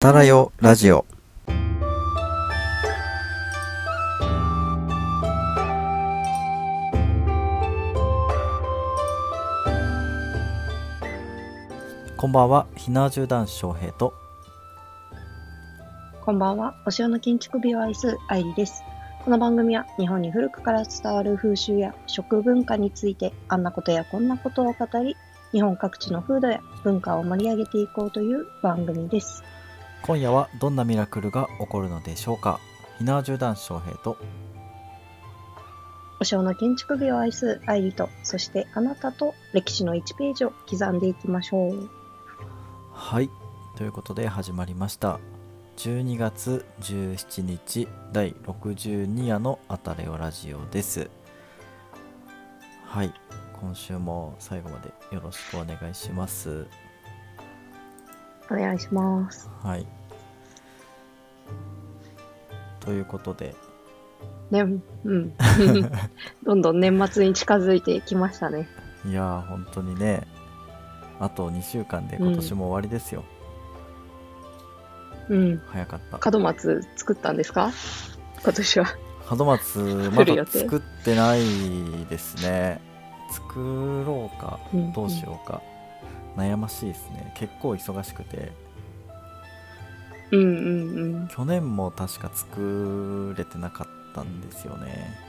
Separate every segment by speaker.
Speaker 1: たらよラジオこんばんはひなじゅう男子翔平と
Speaker 2: こんばんは。お城の建築美を愛す愛理です。この番組は日本に古くから伝わる風習や食文化についてあんなことやこんなことを語り、日本各地の風土や文化を盛り上げていこうという番組です。
Speaker 1: 今夜はどんなミラクルが起こるのでしょうかひなじゅう男子翔平と
Speaker 2: お城の建築美を愛す愛理と、そしてあなたと歴史の1ページを刻んでいきましょう。
Speaker 1: はいということで始まりました12月17日第62夜のあたれよラジオですはい今週も最後までよろしくお願いします
Speaker 2: お願いします。
Speaker 1: はいということで
Speaker 2: ね、 うん。どんどん年末に近づいてきましたね。
Speaker 1: いやー本当にねあと2週間で今年も終わりですよ、
Speaker 2: うん。
Speaker 1: 早かった
Speaker 2: 門松作ったんですか今年は。
Speaker 1: 門松ま
Speaker 2: 来る予
Speaker 1: だ
Speaker 2: 定
Speaker 1: 作ってないですね作ろうかどうしようか、悩ましいですね結構忙しくて
Speaker 2: うん。うんうんうん。
Speaker 1: 去年も確か作れてなかったんですよね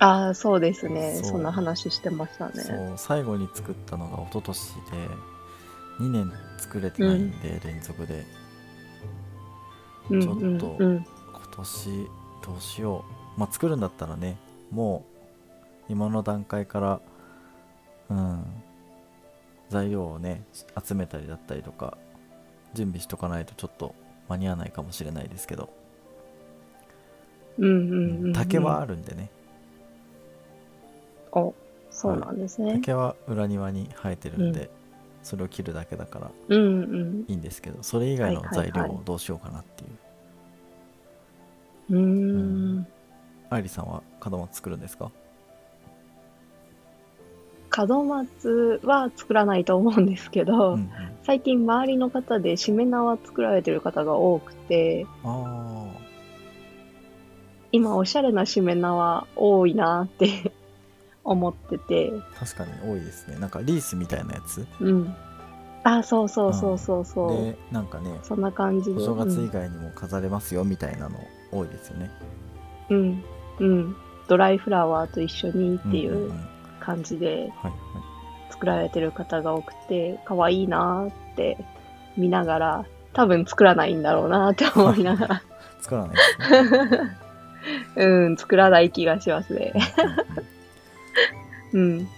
Speaker 2: ああ、そうですね。
Speaker 1: そう
Speaker 2: そんな話してましたね。
Speaker 1: そう最後に作ったのが一昨年で2年作れてないんで、連続で
Speaker 2: うん
Speaker 1: ちょっと
Speaker 2: うんうん、
Speaker 1: 今年どうしようまあ作るんだったらねもう今の段階からうん材料をね集めたりだったりとか準備しとかないとちょっと間に合わないかもしれないですけど、
Speaker 2: うんうんうん。
Speaker 1: 竹はあるんでね
Speaker 2: お、そうなんですね。
Speaker 1: 竹は裏庭に生えてるんで、それを切るだけだから
Speaker 2: うんうん
Speaker 1: いいんですけどそれ以外の
Speaker 2: はいはいは
Speaker 1: 材
Speaker 2: い
Speaker 1: 料をどうしようかなっていう、
Speaker 2: うーん。
Speaker 1: 愛理さんは門松作るんですか
Speaker 2: 門松は作らないと思うんですけど、
Speaker 1: うんうん
Speaker 2: 最近周りの方でしめ縄作られてる方が多くて、
Speaker 1: あ
Speaker 2: 今おしゃれなしめ縄多いなって 思ってて、
Speaker 1: ー確かに多いですねなんかリースみたいなやつ
Speaker 2: うん。あ、そうそうそうそうそう。
Speaker 1: でなんかね
Speaker 2: そんな感じ
Speaker 1: お
Speaker 2: で。
Speaker 1: 正月以外にも飾れますよみたいなの多いですよね。
Speaker 2: うん、うん、ドライフラワーと一緒にってい
Speaker 1: んんん
Speaker 2: う
Speaker 1: はい
Speaker 2: 感じで
Speaker 1: はい。
Speaker 2: 作られてる方が多くて、可愛いなーって見ながら、多分作らないんだろうなーって思いながら、
Speaker 1: 作らないで すね。
Speaker 2: うん、作らない気がしますね。
Speaker 1: うんうんうん
Speaker 2: うん、
Speaker 1: なる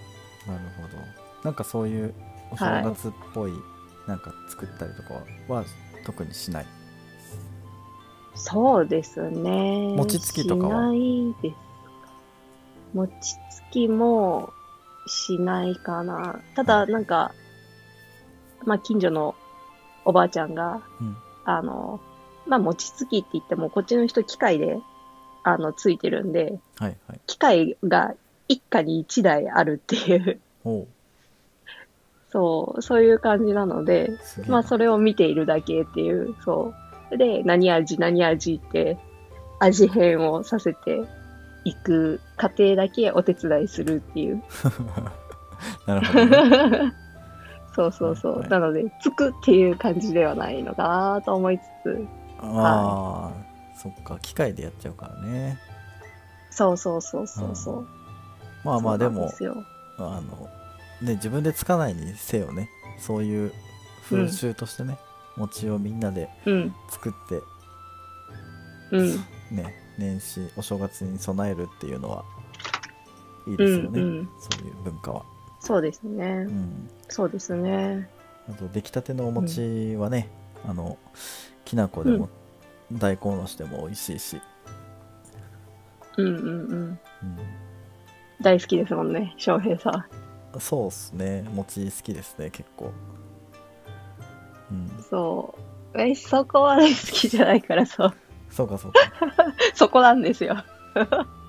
Speaker 1: ほど。なんかそういうお正月っぽいなんか作ったりとかは特にしない。
Speaker 2: そうですね。
Speaker 1: 餅つきとかは
Speaker 2: しないです。餅つきもしないかな。ただ、なんか、まあ、近所のおばあちゃんが、
Speaker 1: うん
Speaker 2: あの、まあ、餅つきって言っても、こっちの人機械で、あの、ついてるんで、
Speaker 1: はいはい。
Speaker 2: 機械が一家に一台あるっていう、
Speaker 1: おう
Speaker 2: そう、そういう感じなので、
Speaker 1: すげえな。
Speaker 2: まあ、それを見ているだけっていう、そう。で、何味、何味って、味変をさせていく過程だけお手伝いするっていう。
Speaker 1: なるほどね。
Speaker 2: そうそうそう。
Speaker 1: はい
Speaker 2: なので、つくっていう感じではないのかなと思いつつ、
Speaker 1: ああ、そっか機械でやっちゃうからね。
Speaker 2: そうそうそうそうそう。
Speaker 1: まあまあで
Speaker 2: そうなん
Speaker 1: も
Speaker 2: すよ
Speaker 1: あのね自分でつかないにせよねそういう風習としてね、餅をみんなで
Speaker 2: うん、
Speaker 1: 作って
Speaker 2: うん、
Speaker 1: ね年始お正月に備えるっていうのはいいで
Speaker 2: う
Speaker 1: す
Speaker 2: ん
Speaker 1: よ、ね、
Speaker 2: うん。
Speaker 1: そういう文化は、
Speaker 2: そうです
Speaker 1: う
Speaker 2: ね。
Speaker 1: ん、
Speaker 2: そうですね。
Speaker 1: あと出来たてのお餅はね、あのきな粉でも、大根おろしでも美味しいし、
Speaker 2: うんうんうん。
Speaker 1: う
Speaker 2: 大好きですもんね、翔平さん。
Speaker 1: ん、そうっすね餅好きですね結構、うん、
Speaker 2: そう。え、そこは大好きじゃないから、そう。
Speaker 1: そうかそう か
Speaker 2: そこなんですよ。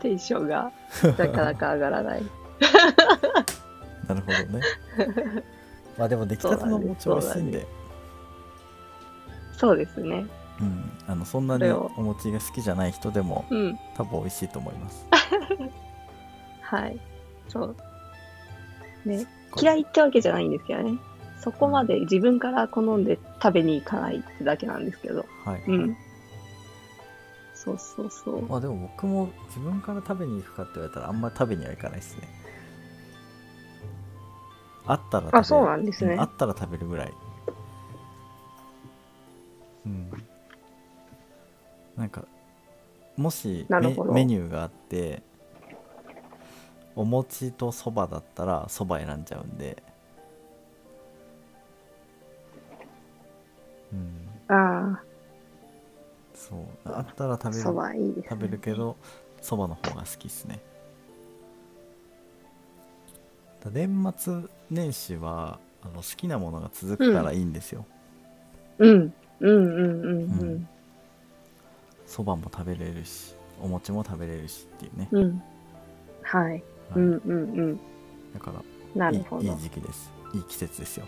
Speaker 2: テンションがなかなか上がら ない。
Speaker 1: なるほどねまあでも出来たてのお餅美味しいんで
Speaker 2: そうですね。
Speaker 1: うん、あのそんなに
Speaker 2: それを
Speaker 1: お餅が好きじゃない人でも
Speaker 2: うん。
Speaker 1: 多分美味しいと思います
Speaker 2: はい。そう。ね、嫌いってわけじゃないんですけどね。そこまで自分から好んで食べに行かないってだけなんですけど。
Speaker 1: はい、
Speaker 2: うん。そうそうそう。
Speaker 1: まあでも僕も自分から食べに行くかって言われたらあんまり食べには行かないですねあったら食べる
Speaker 2: あ、そうなんですね
Speaker 1: うんあ。ったら食べるぐらいうんなんかもし
Speaker 2: なる
Speaker 1: メ
Speaker 2: ほど
Speaker 1: メニューがあってお餅とそばだったらそば選んじゃうんでうん
Speaker 2: あ
Speaker 1: そうあったら
Speaker 2: あ、
Speaker 1: 食べ
Speaker 2: そ
Speaker 1: る
Speaker 2: ばいいです、ね。
Speaker 1: 食べるけどそばの方が好きですねだ年末年始はあの好きなものが続くからいいんですよ
Speaker 2: うん。うんうんうんう
Speaker 1: うんん。そば、も食べれるしお餅も食べれるしっていうね、
Speaker 2: うん。はい。
Speaker 1: はい
Speaker 2: うんうんうん。
Speaker 1: だから
Speaker 2: ないる
Speaker 1: い
Speaker 2: ほ
Speaker 1: い
Speaker 2: ど
Speaker 1: い。時期ですいい季節ですよ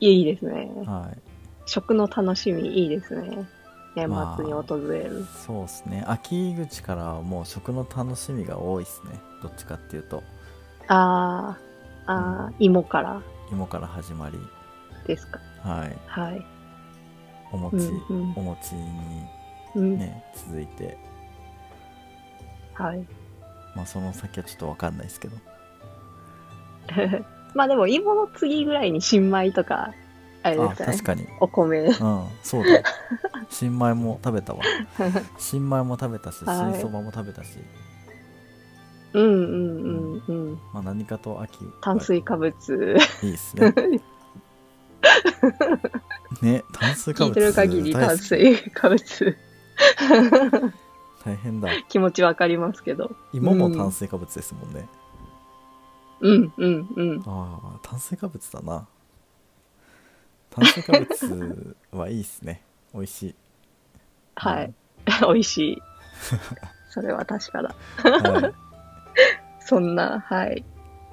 Speaker 2: いいですね。
Speaker 1: はい
Speaker 2: 食の楽しみいいですね。年末に訪れる。
Speaker 1: そうですね秋口からはもう食の楽しみが多いですねどっちかっていうと
Speaker 2: ああ、ああ、芋から
Speaker 1: 芋から始まり
Speaker 2: ですか。
Speaker 1: はい
Speaker 2: はい。
Speaker 1: お
Speaker 2: う
Speaker 1: 餅、
Speaker 2: んうん
Speaker 1: お餅に
Speaker 2: うん。
Speaker 1: ね続いて
Speaker 2: はい。
Speaker 1: まあその先はちょっと分かんないですけど
Speaker 2: まあでも芋の次ぐらいに新米とか、あれ
Speaker 1: あ
Speaker 2: ですかね
Speaker 1: 確。かに
Speaker 2: お米。
Speaker 1: うんそうだ 新米も食べたわ新米も食べたし
Speaker 2: はい
Speaker 1: 新そばも食べたし、
Speaker 2: うんうんうんうん。
Speaker 1: まあ、何かと秋
Speaker 2: 炭水化物。
Speaker 1: いいです ねね炭水化
Speaker 2: 聞い
Speaker 1: 物
Speaker 2: てる限り
Speaker 1: 大好
Speaker 2: 炭
Speaker 1: き
Speaker 2: 水化物。
Speaker 1: 大変だ
Speaker 2: 気持ちわかりますけど。
Speaker 1: 芋も炭水化物ですもんね、
Speaker 2: うんうんうん。
Speaker 1: ああ炭水化物だな炭水化物はいいっすね 美味しい
Speaker 2: はい。美味し い。それは確かだ。
Speaker 1: うんは
Speaker 2: そんな、はい。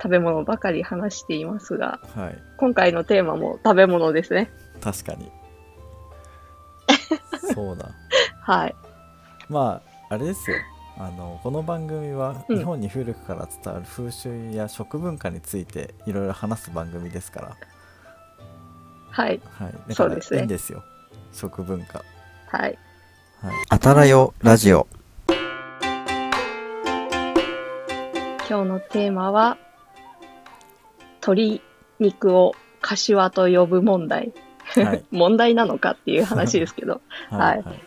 Speaker 2: 食べ物ばかり話していますが、
Speaker 1: い、はい、
Speaker 2: 今回のテーマも食べ物ですね。
Speaker 1: 確か にそうだ
Speaker 2: はい。
Speaker 1: まああれですよあのこの番組は
Speaker 2: うん
Speaker 1: 日本に古くから伝わる風習や食文化についていろいろ話す番組ですから、
Speaker 2: はい。
Speaker 1: はい、だ
Speaker 2: そ
Speaker 1: か
Speaker 2: うですね
Speaker 1: らいいんですよ食文化
Speaker 2: はい。
Speaker 1: はい「あたらよラジオ
Speaker 2: 今日のテーマは、鶏肉を柏と呼ぶ問題。」
Speaker 1: はい
Speaker 2: 問題なのかっていう話ですけど、
Speaker 1: はい、
Speaker 2: はい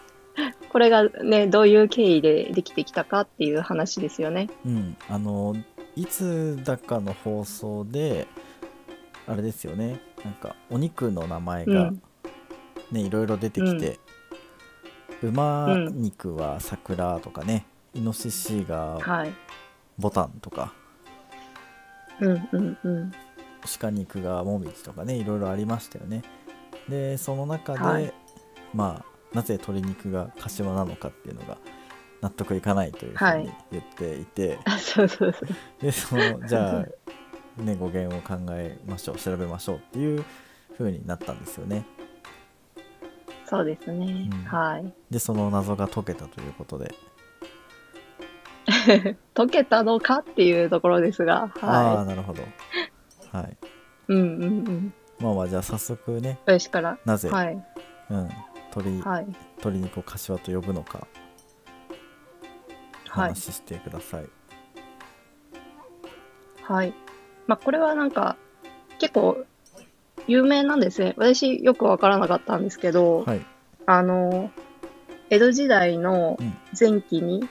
Speaker 2: これがね、どういう経緯でできてきたかっていう話ですよね。
Speaker 1: うんあのいつだかの放送であれですよねなんかお肉の名前が、
Speaker 2: う
Speaker 1: ね
Speaker 2: ん
Speaker 1: いろいろ出てきて、馬肉は桜とかねイノシシが
Speaker 2: はい。
Speaker 1: ボタンとか
Speaker 2: うんうんうん。
Speaker 1: 鹿肉がもみじとかねいろいろありましたよねでその中で、
Speaker 2: はい
Speaker 1: まあなぜ鶏肉が柏なのかっていうのが納得いかないというふうに言っていて、
Speaker 2: あ、そうそうそう。
Speaker 1: でそのじゃあ、ね、語源を考えましょう調べましょうっていうふうになったんですよね
Speaker 2: そうですね。
Speaker 1: うん
Speaker 2: はい。
Speaker 1: でその謎が解けたということで、
Speaker 2: 溶けたのかっていうところですが、
Speaker 1: ああ
Speaker 2: は
Speaker 1: なるほどはい
Speaker 2: い。うんうんうん。
Speaker 1: まあまあじゃあ早速ね
Speaker 2: 私から。
Speaker 1: なぜ、
Speaker 2: はい。
Speaker 1: うん、鶏
Speaker 2: はい。
Speaker 1: 鶏肉を柏と呼ぶのかお
Speaker 2: はい。
Speaker 1: 話ししてください、
Speaker 2: はい。まあ、これはなんか、結構、有名なんですね。私、よくわからなかったんですけど、
Speaker 1: はい
Speaker 2: あの、江戸時代の
Speaker 1: うん
Speaker 2: 前期に、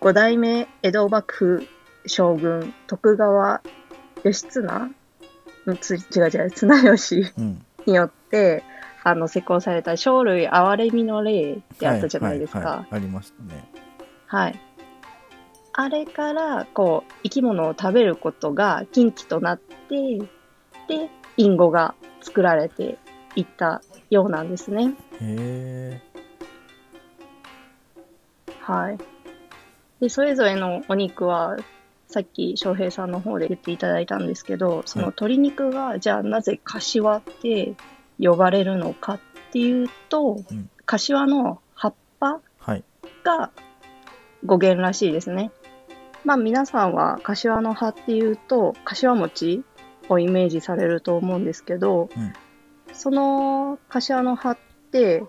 Speaker 2: 五代目江戸幕府将軍、徳川義綱うんつ違う違う、綱吉
Speaker 1: うん
Speaker 2: によって、あの、施行された、生類憐れみの霊ってあったじゃないですか。
Speaker 1: ははいはいありましたね
Speaker 2: はい。あれから、こう、生き物を食べることが禁忌となって、で、隠語が作られていったようなんですね。
Speaker 1: へ
Speaker 2: はい。で、それぞれのお肉は、さっき翔平さんの方で言っていただいたんですけどその鶏肉がじゃあなぜ柏って呼ばれるのかっていうと、
Speaker 1: うん
Speaker 2: 柏の葉っぱ
Speaker 1: はい
Speaker 2: が語源らしいですね。まあ皆さんは柏の葉っていうと柏餅をイメージされると思うんですけど、
Speaker 1: うん
Speaker 2: その柏の葉って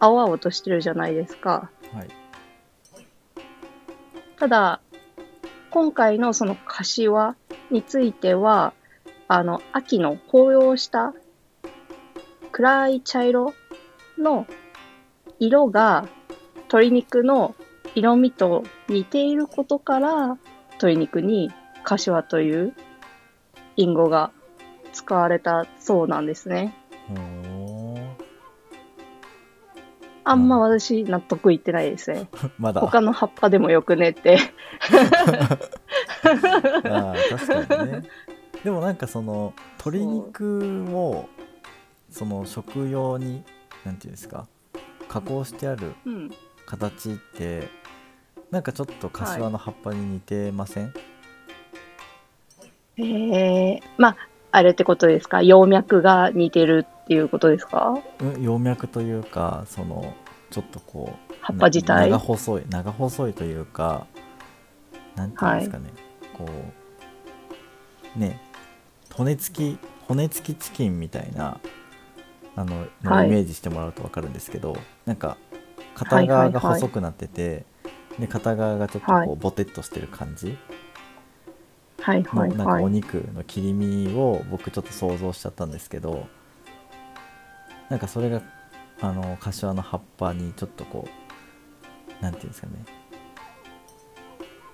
Speaker 2: 青々としてるじゃないですか。
Speaker 1: はい
Speaker 2: ただ今回のその柏についてはあの秋の紅葉した暗い茶色の色が鶏肉の色味と似ていることから鶏肉に柏という隠語が使われたそうなんですね。
Speaker 1: ほ
Speaker 2: あんま私納得いってないですね。
Speaker 1: ー まだ
Speaker 2: 他の葉っぱでもよくねって。
Speaker 1: ああ確かにねでもなんかその鶏肉をその食用になんていうんですか加工してある
Speaker 2: うん。
Speaker 1: 形ってなんかちょっと柏の葉っぱに似てません、
Speaker 2: えー、まあ、あれってことですか葉脈が似てるっていうことですか
Speaker 1: うん葉脈というかそのちょっとこう
Speaker 2: 葉っぱ自体
Speaker 1: な長細い長細いというかなんていうんですかね、こうね骨付き骨付きチキンみたいなあの、の
Speaker 2: はい
Speaker 1: イメージしてもらうと分かるんですけどなんか
Speaker 2: は
Speaker 1: 片
Speaker 2: いは
Speaker 1: 側
Speaker 2: い
Speaker 1: が
Speaker 2: はい
Speaker 1: 細くなってて、で片側がちょっとこう、
Speaker 2: はい
Speaker 1: ボテッとしてる感じ
Speaker 2: はい
Speaker 1: の、
Speaker 2: はい
Speaker 1: なんか
Speaker 2: は
Speaker 1: お
Speaker 2: い。
Speaker 1: 肉の切り身を僕ちょっと想像しちゃったんですけどなんかそれがあの柏の葉っぱにちょっとこうなんていうんですかね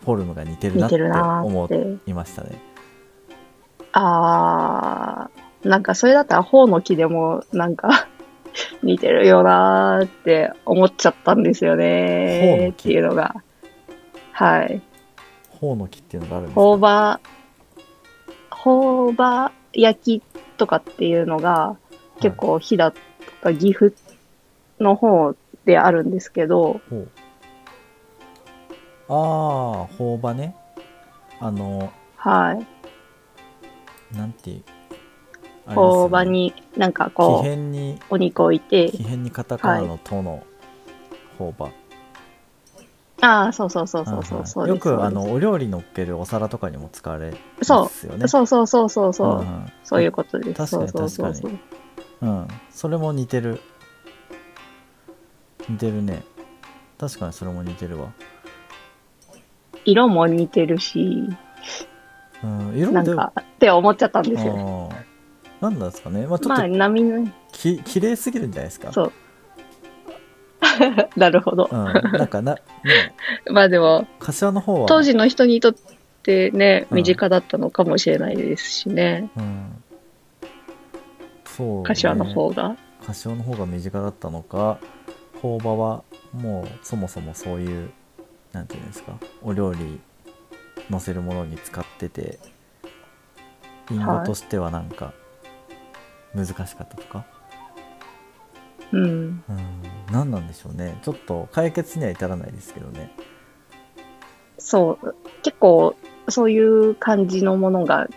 Speaker 1: フォルムが似てるな
Speaker 2: 似
Speaker 1: って
Speaker 2: てるなー
Speaker 1: 思
Speaker 2: って。
Speaker 1: いましたね
Speaker 2: あー、なんかそれだったら頬の木でもなんか 似てるよなーって思っちゃったんですよ
Speaker 1: 頬
Speaker 2: ね
Speaker 1: の
Speaker 2: ー
Speaker 1: 木
Speaker 2: っていうのが。はい。
Speaker 1: 頬の木っていうのがあるんです
Speaker 2: 頬
Speaker 1: か
Speaker 2: 葉、頬葉焼きとかっていうのが結構飛騨とか岐阜の方であるんですけど、
Speaker 1: はいほうああ頬葉ねあの
Speaker 2: はい。
Speaker 1: なんていうあれですよね
Speaker 2: 工場に、なんか
Speaker 1: 木
Speaker 2: こ
Speaker 1: 片に
Speaker 2: う、お肉置いて、
Speaker 1: 木片にカタカナの「と」の頬葉、
Speaker 2: ああ、そうそうそう
Speaker 1: はい
Speaker 2: そ
Speaker 1: はい
Speaker 2: うそうそうで
Speaker 1: よ
Speaker 2: す。
Speaker 1: くあのお料理乗っけるお皿とかにも使われ
Speaker 2: そう
Speaker 1: ますよね。
Speaker 2: そうそうそうそうそ
Speaker 1: ん
Speaker 2: う、
Speaker 1: ん
Speaker 2: そういうことです。
Speaker 1: 確か
Speaker 2: そ
Speaker 1: に
Speaker 2: うそうそうそう。
Speaker 1: うん、それも似てる。似てるね。確かにそれも似てるわ。
Speaker 2: 色も似てるし、
Speaker 1: うん、色
Speaker 2: なん
Speaker 1: で
Speaker 2: か、って思っちゃったんですよね。
Speaker 1: あーなんなんですかね。まあちょっ
Speaker 2: ま
Speaker 1: と
Speaker 2: あ、波の、
Speaker 1: き、綺麗すぎるんじゃないですか。
Speaker 2: そう なるほど
Speaker 1: う。ん、なんかな、ね、
Speaker 2: まあでも、
Speaker 1: 柏の方は、
Speaker 2: 当時の人にとってね、
Speaker 1: うん
Speaker 2: 身近だったのかもしれないですしね。
Speaker 1: うん、そう、ね。
Speaker 2: 柏の方が。
Speaker 1: 柏の方が身近だったのか朴葉はもうそもそもそういうなんていうんですかお料理のせるものに使ってて隠語としてはなんか難しかったとか、
Speaker 2: うん。
Speaker 1: うん何なんでしょうねちょっと解決には至らないですけどね
Speaker 2: そう、結構そういう感じのものが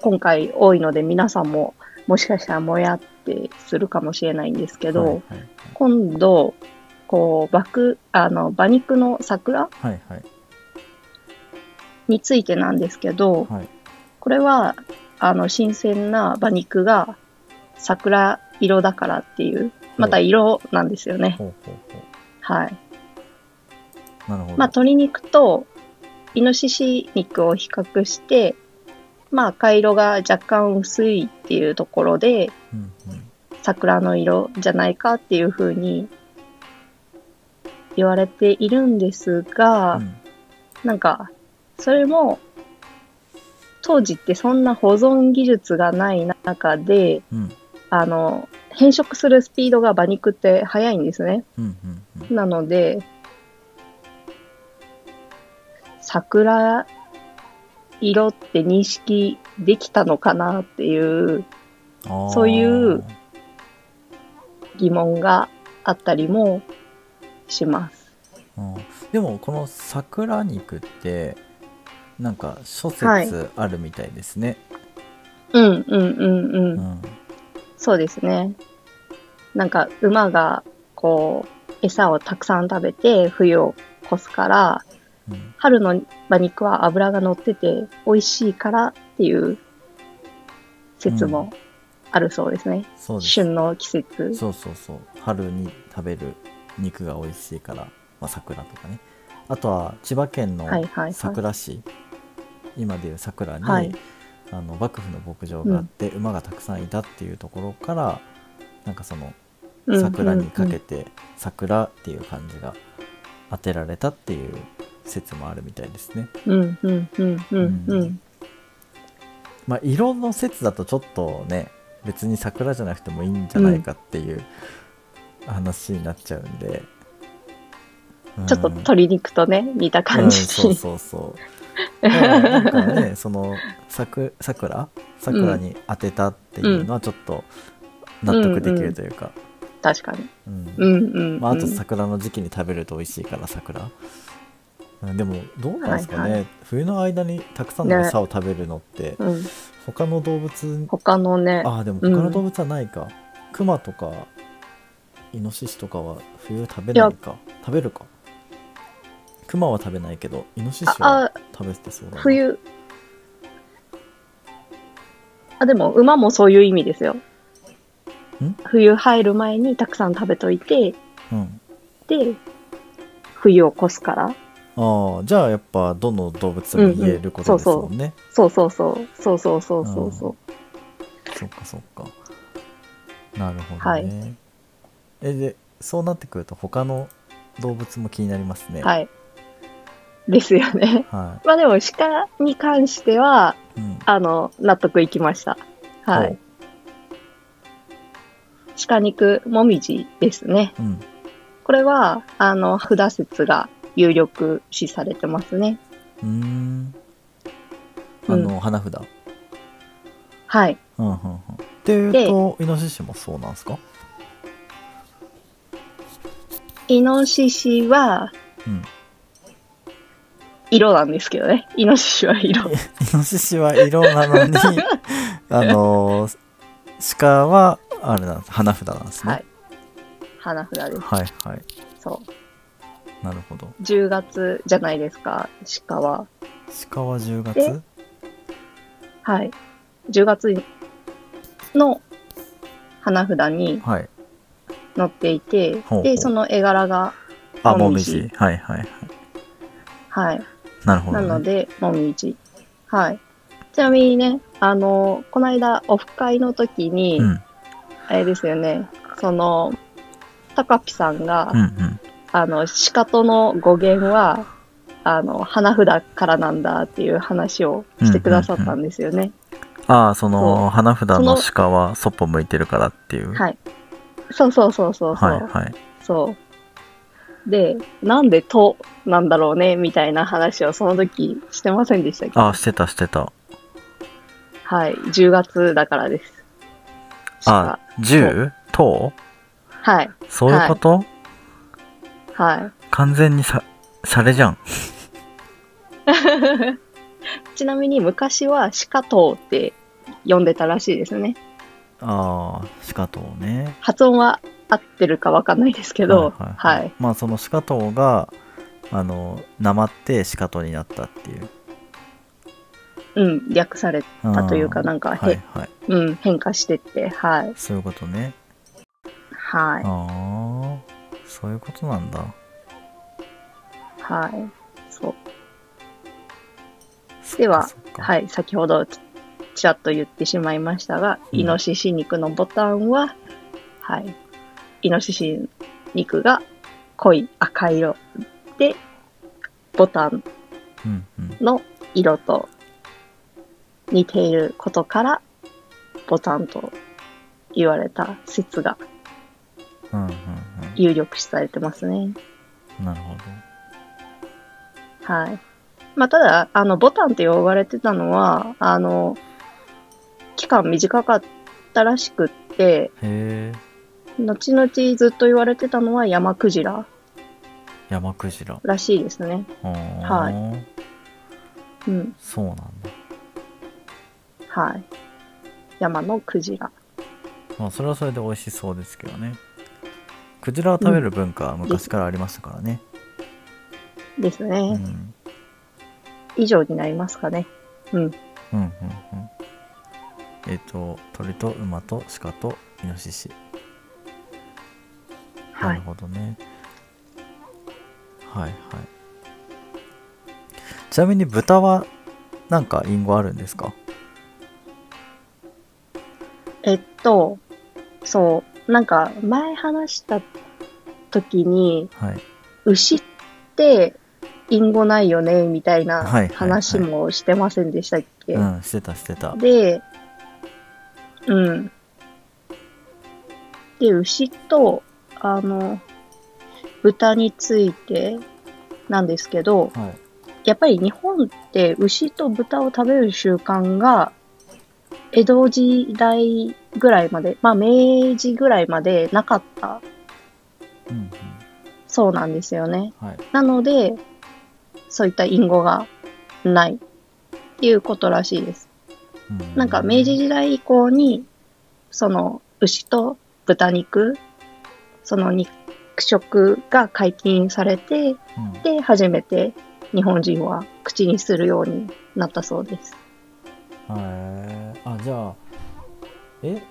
Speaker 2: 今回多いので皆さんももしかしたらもやってするかもしれないんですけど、
Speaker 1: はいはい
Speaker 2: 今度、こう、爆、あの、馬肉の桜
Speaker 1: はいはい
Speaker 2: についてなんですけど、
Speaker 1: はい
Speaker 2: これは、あの、新鮮な馬肉が桜色だからっていう、また色なんですよね。
Speaker 1: ほうほうほ
Speaker 2: はい。
Speaker 1: うなるほど、
Speaker 2: まあ、鶏肉とイノシシ肉を比較して、まあ、赤色が若干薄いっていうところで
Speaker 1: うんうん
Speaker 2: 桜の色じゃないかっていうふうに言われているんですが、
Speaker 1: うん
Speaker 2: なんかそれも当時ってそんな保存技術がない中で
Speaker 1: うん
Speaker 2: あの変色するスピードが馬肉って速いんですね。
Speaker 1: うんうんうん
Speaker 2: なので、桜色って認識できたのかなっていう
Speaker 1: あー
Speaker 2: そういう疑問があったりもします。
Speaker 1: うんでもこの桜肉ってなんか諸説あるみたいですね、
Speaker 2: うんうんうんうん。
Speaker 1: うん
Speaker 2: そうですね。なんか馬がこう餌をたくさん食べて冬を越すから
Speaker 1: うん
Speaker 2: 春の馬肉は脂が乗ってて美味しいからっていう説もあるそうですね。
Speaker 1: そうです
Speaker 2: 旬の季節。
Speaker 1: そうそうそう春に食べる肉が美味しいから、まあ、桜とかねあとは千葉県の
Speaker 2: はいはいはい
Speaker 1: 桜市、今でいう桜に、
Speaker 2: はい
Speaker 1: あの幕府の牧場があって、馬がたくさんいたっていうところからなんかその
Speaker 2: うん
Speaker 1: 桜にか
Speaker 2: うんう
Speaker 1: け
Speaker 2: ん
Speaker 1: て桜っていう漢字が当てられたっていう説もあるみたいですね。
Speaker 2: うんうんうんうんう
Speaker 1: うんん。まあ、色の説だとちょっとね別に桜じゃなくてもいいんじゃないかっていう話になっちゃうんで、うん
Speaker 2: ちょっと鶏肉とね似た
Speaker 1: う
Speaker 2: 感じ
Speaker 1: ん、そうそうそう。だからなんか ねそのさく桜桜に当てたっていうのはちょっと納得できるというか、
Speaker 2: 確かに。
Speaker 1: うん
Speaker 2: うんうん、うん。
Speaker 1: まあ、あと桜の時期に食べると美味しいから桜、うん、でもどうなんですかね、
Speaker 2: はいは
Speaker 1: 冬の間にたくさんの
Speaker 2: ね
Speaker 1: 餌を食べるのって
Speaker 2: うん、
Speaker 1: 他の動物
Speaker 2: 他のね。
Speaker 1: ああでも他の動物はないか、クマとかイノシシとかは冬食べないか食べるかクマは食べないけどイノシシは
Speaker 2: あ
Speaker 1: 食べてそうだな
Speaker 2: 冬あでも馬もそういう意味ですよ冬入る前にたくさん食べといて
Speaker 1: うん、
Speaker 2: で冬を越すから
Speaker 1: ああじゃあやっぱどの動物でも言えることですもんね、
Speaker 2: そうそうそうそうそうそうそうそう
Speaker 1: そっかそっかなるほどね、
Speaker 2: はい
Speaker 1: えでそうなってくると他の動物も気になりますねい、
Speaker 2: はいですよね
Speaker 1: は
Speaker 2: まあでも鹿に関しては
Speaker 1: う
Speaker 2: い
Speaker 1: ん、
Speaker 2: あの納得いきましたはい鹿肉もみじですね
Speaker 1: お、うん、
Speaker 2: これはあの札説が有力視されてますね
Speaker 1: うーんあの、
Speaker 2: う
Speaker 1: 花札
Speaker 2: はい
Speaker 1: うんうんうんっていうとイノシシもそうなんですか
Speaker 2: イノシシは
Speaker 1: うん
Speaker 2: 色なんですけどね。イノシシは色。
Speaker 1: イノシシは色なの にあの鹿はあれなんです花札なんですね
Speaker 2: はい花札です。
Speaker 1: はいはい
Speaker 2: そう。
Speaker 1: なるほど
Speaker 2: 10月じゃないですか、鹿は。
Speaker 1: 鹿は10月
Speaker 2: えはい。10月の花札に
Speaker 1: はい
Speaker 2: 載っていて、
Speaker 1: ほうほう
Speaker 2: で、その絵柄が、
Speaker 1: あ
Speaker 2: も
Speaker 1: も
Speaker 2: み
Speaker 1: み
Speaker 2: じ
Speaker 1: じはいはいはい
Speaker 2: はい。
Speaker 1: なるほど、
Speaker 2: な
Speaker 1: ね、
Speaker 2: ので、もみじ。はい。ちなみにね、あの、この間、オフ会の時に、
Speaker 1: うん
Speaker 2: あれですよね、その、タカピさんが、
Speaker 1: うんうん
Speaker 2: あの、仕方の語源は、あの、花札からなんだっていう話をしてくださったんですよね。
Speaker 1: ああそ
Speaker 2: そう
Speaker 1: の花札
Speaker 2: そ
Speaker 1: の
Speaker 2: の
Speaker 1: 鹿はそっぽ向いてるからっていう
Speaker 2: はい。そうそうそうそうそう。
Speaker 1: はいはい
Speaker 2: そうで、なんでとなんだろうねみたいな話をその時してませんでしたっけ
Speaker 1: ああしてたしてた
Speaker 2: はい。10月だからです。
Speaker 1: あ10と
Speaker 2: 鹿はい。
Speaker 1: そういうこと、
Speaker 2: は
Speaker 1: 完全にさシャレじゃん
Speaker 2: い。ちなみに昔は鹿とって呼んでたらしいですね。
Speaker 1: ああ鹿とね
Speaker 2: 発音は合ってるかわかんないですけ
Speaker 1: はい
Speaker 2: ど、
Speaker 1: はいはい
Speaker 2: はい。
Speaker 1: まあその鹿頭があのなまって鹿頭になったっていう
Speaker 2: うん、略され、
Speaker 1: うん
Speaker 2: だというかなんかへ
Speaker 1: はいはい
Speaker 2: うん、変化してって、はい。
Speaker 1: そういうことね
Speaker 2: はい。
Speaker 1: ああそういうことなんだ
Speaker 2: はい。そう。では
Speaker 1: そっかそっか
Speaker 2: はい。先ほどち、ちらっと言ってしまいましたが、
Speaker 1: うん
Speaker 2: イノシシ肉のボタンは、はい。イノシシ肉が濃い赤色で、ボタン
Speaker 1: うんうん
Speaker 2: の色と似ていることから、ボタンと言われた説が
Speaker 1: うんうん
Speaker 2: 有力視されてますね。
Speaker 1: うんなるほど
Speaker 2: はい。まあ、ただ、あの、ボタンって呼ばれてたのは、あの、期間短かったらしくって、
Speaker 1: へえ
Speaker 2: 後々ずっと言われてたのは山クジラ
Speaker 1: 山クジラ
Speaker 2: らしいですね。
Speaker 1: は
Speaker 2: はいうん、
Speaker 1: そうなんだ
Speaker 2: はい。山のクジラ。
Speaker 1: まあそれはそれで美味しそうですけどねクジラを食べる文化は昔からありましたからね、
Speaker 2: です
Speaker 1: うん、う
Speaker 2: ね。
Speaker 1: ん
Speaker 2: 以上になりますかね。うん。
Speaker 1: うんうんえっ、と鳥と馬と鹿とイノシシ
Speaker 2: は
Speaker 1: ないる。ほどねはいはいちなみに豚はなんか隠語あるんですか
Speaker 2: えっと、そう、なんか前話した時に、
Speaker 1: はい
Speaker 2: 牛って隠語ないよね、みたい
Speaker 1: はい
Speaker 2: な
Speaker 1: はいはい
Speaker 2: 話もしてませんでしたっけ、
Speaker 1: うんしてたしてた
Speaker 2: で、うん。で、牛と、あの、豚についてなんですけど、
Speaker 1: はい
Speaker 2: やっぱり日本って牛と豚を食べる習慣が江戸時代ぐらいまで、まあ明治ぐらいまでなかった
Speaker 1: うんうん
Speaker 2: そうなんですよね。
Speaker 1: はい
Speaker 2: なので、そういった隠語がないっていうことらしいです。
Speaker 1: う
Speaker 2: なんか明治時代以降に、その牛と豚肉、その肉食が解禁されて、
Speaker 1: うん
Speaker 2: で、初めて日本人は口にするようになったそうです。
Speaker 1: へえあじゃあえ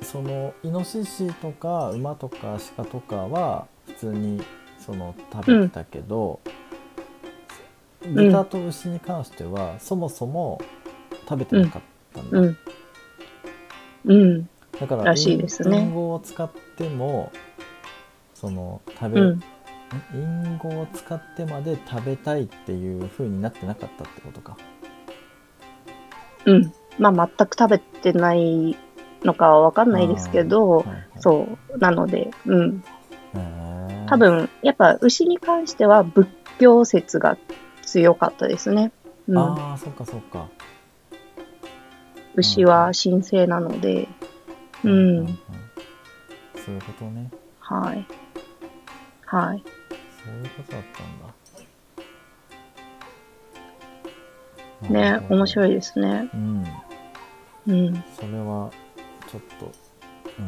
Speaker 1: そのイノシシとか馬とか鹿とかは普通にその食べてたけど、
Speaker 2: ん
Speaker 1: 豚と牛に関してはそもそも食べてなかったんだ、
Speaker 2: うん。うん。
Speaker 1: だから
Speaker 2: らしいですね
Speaker 1: インインゴを使ってもその食べ、
Speaker 2: うんん。
Speaker 1: インゴを使ってまで食べたいっていう風になってなかったってことか
Speaker 2: うん。まあ、全く食べてないのかはわかんないですけど、
Speaker 1: はいはい
Speaker 2: そう。なので、うん。
Speaker 1: へえ
Speaker 2: 多分、やっぱ牛に関しては仏教説が強かったですね。うん。
Speaker 1: ああそっかそっか
Speaker 2: 牛は神聖なので、
Speaker 1: う
Speaker 2: う
Speaker 1: ん
Speaker 2: ん。
Speaker 1: そういうことね
Speaker 2: はい。はい。
Speaker 1: そういうことだったんだ
Speaker 2: ね、面白
Speaker 1: い
Speaker 2: いですね。
Speaker 1: うん
Speaker 2: うん。
Speaker 1: それはちょっとう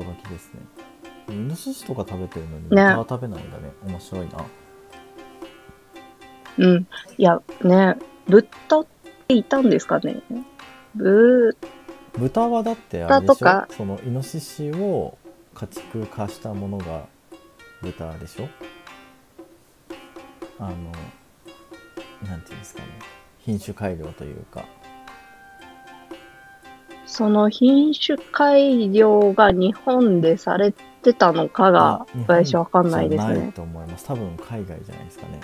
Speaker 1: ん驚きですねイノシシとか食べてるのに豚は食べないんだね面白いな
Speaker 2: うん。いや、ね、豚っていたんですかね。ぶ
Speaker 1: 豚はだってあれで
Speaker 2: 豚
Speaker 1: し
Speaker 2: と
Speaker 1: ょ
Speaker 2: か
Speaker 1: そのイノシシを家畜化したものが豚でしょあのなんていうんですかね品種改良というか
Speaker 2: その品種改良が日本でされてたのかが
Speaker 1: 日、本
Speaker 2: 私わかんないです
Speaker 1: じゃない
Speaker 2: ね。
Speaker 1: と思います多分海外じゃないですかね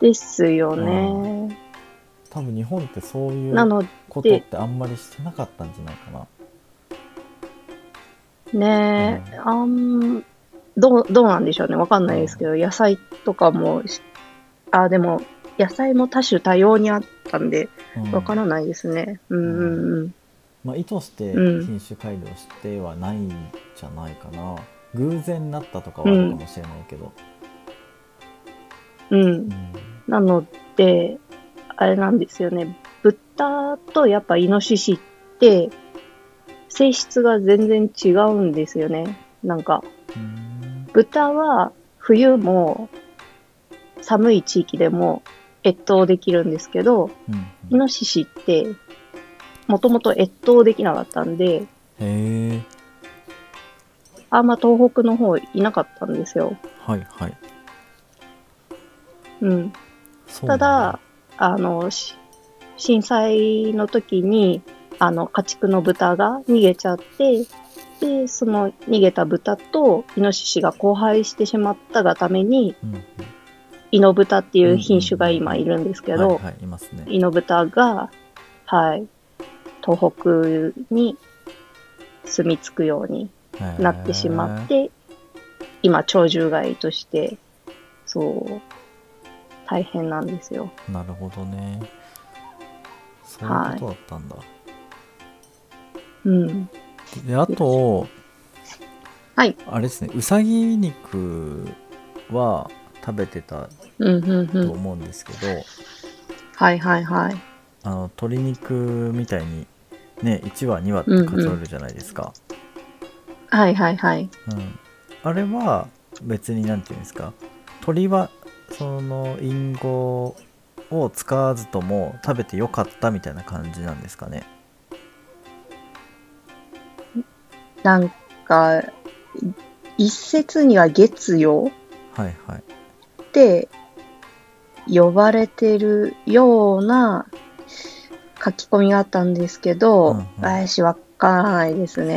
Speaker 2: ですよ
Speaker 1: う
Speaker 2: ね。
Speaker 1: 多分日本ってそうい
Speaker 2: な
Speaker 1: う
Speaker 2: の
Speaker 1: ことってあんまりしてなかったんじゃないかな
Speaker 2: ね、あん、どう、どうなんでしょうね。わかんないですけど、野菜とかもし、あ、でも、野菜も多種多様にあったんで、
Speaker 1: うん
Speaker 2: わからないですね。うんうんうん。
Speaker 1: まあ、意図して
Speaker 2: うん
Speaker 1: 品種改良してはないんじゃないかな、偶然なったとかはあるかもしれないけど、
Speaker 2: うん
Speaker 1: う。ん
Speaker 2: なので、あれなんですよね。豚とやっぱイノシシって、性質が全然違うんですよね。なんか、
Speaker 1: うん
Speaker 2: 豚は冬も寒い地域でも越冬できるんですけど、
Speaker 1: うん
Speaker 2: イノシシって、もともと越冬できなかったんで、
Speaker 1: へえ
Speaker 2: あんま東北の方いなかったんですよ。
Speaker 1: はいはい
Speaker 2: うん。
Speaker 1: そうな
Speaker 2: た
Speaker 1: んだ
Speaker 2: だ、あの、し震災の時に、あの、家畜の豚が逃げちゃって、で、その逃げた豚とイノシシが交配してしまったがために、
Speaker 1: うんうん
Speaker 2: イノブタっていう品種が今いるんですけど、
Speaker 1: はいはいいますね
Speaker 2: イノブタが、はい、東北に住み着くようになってしまっ
Speaker 1: へ
Speaker 2: て、今、鳥獣害として、そう、大変なんですよ。
Speaker 1: えなるほどねそういうことだったんだ、
Speaker 2: うん。
Speaker 1: であと
Speaker 2: はい
Speaker 1: あれですねうさぎ肉は食べてた
Speaker 2: うんうんう
Speaker 1: と
Speaker 2: ん。
Speaker 1: 思うんですけど、
Speaker 2: はいはいはい。
Speaker 1: あの鶏肉みたいにね1羽2羽って数えるじゃないですか、
Speaker 2: はいはいはい。
Speaker 1: うんあれは別に何て言うんですか鳥はその隠語を使わずとも食べてよかったみたいな感じなんですかね
Speaker 2: なんか、い一説には月曜
Speaker 1: はいはい
Speaker 2: って呼ばれてるような書き込みがあったんですけ
Speaker 1: う
Speaker 2: ど
Speaker 1: ん、うん
Speaker 2: 私わからないですね。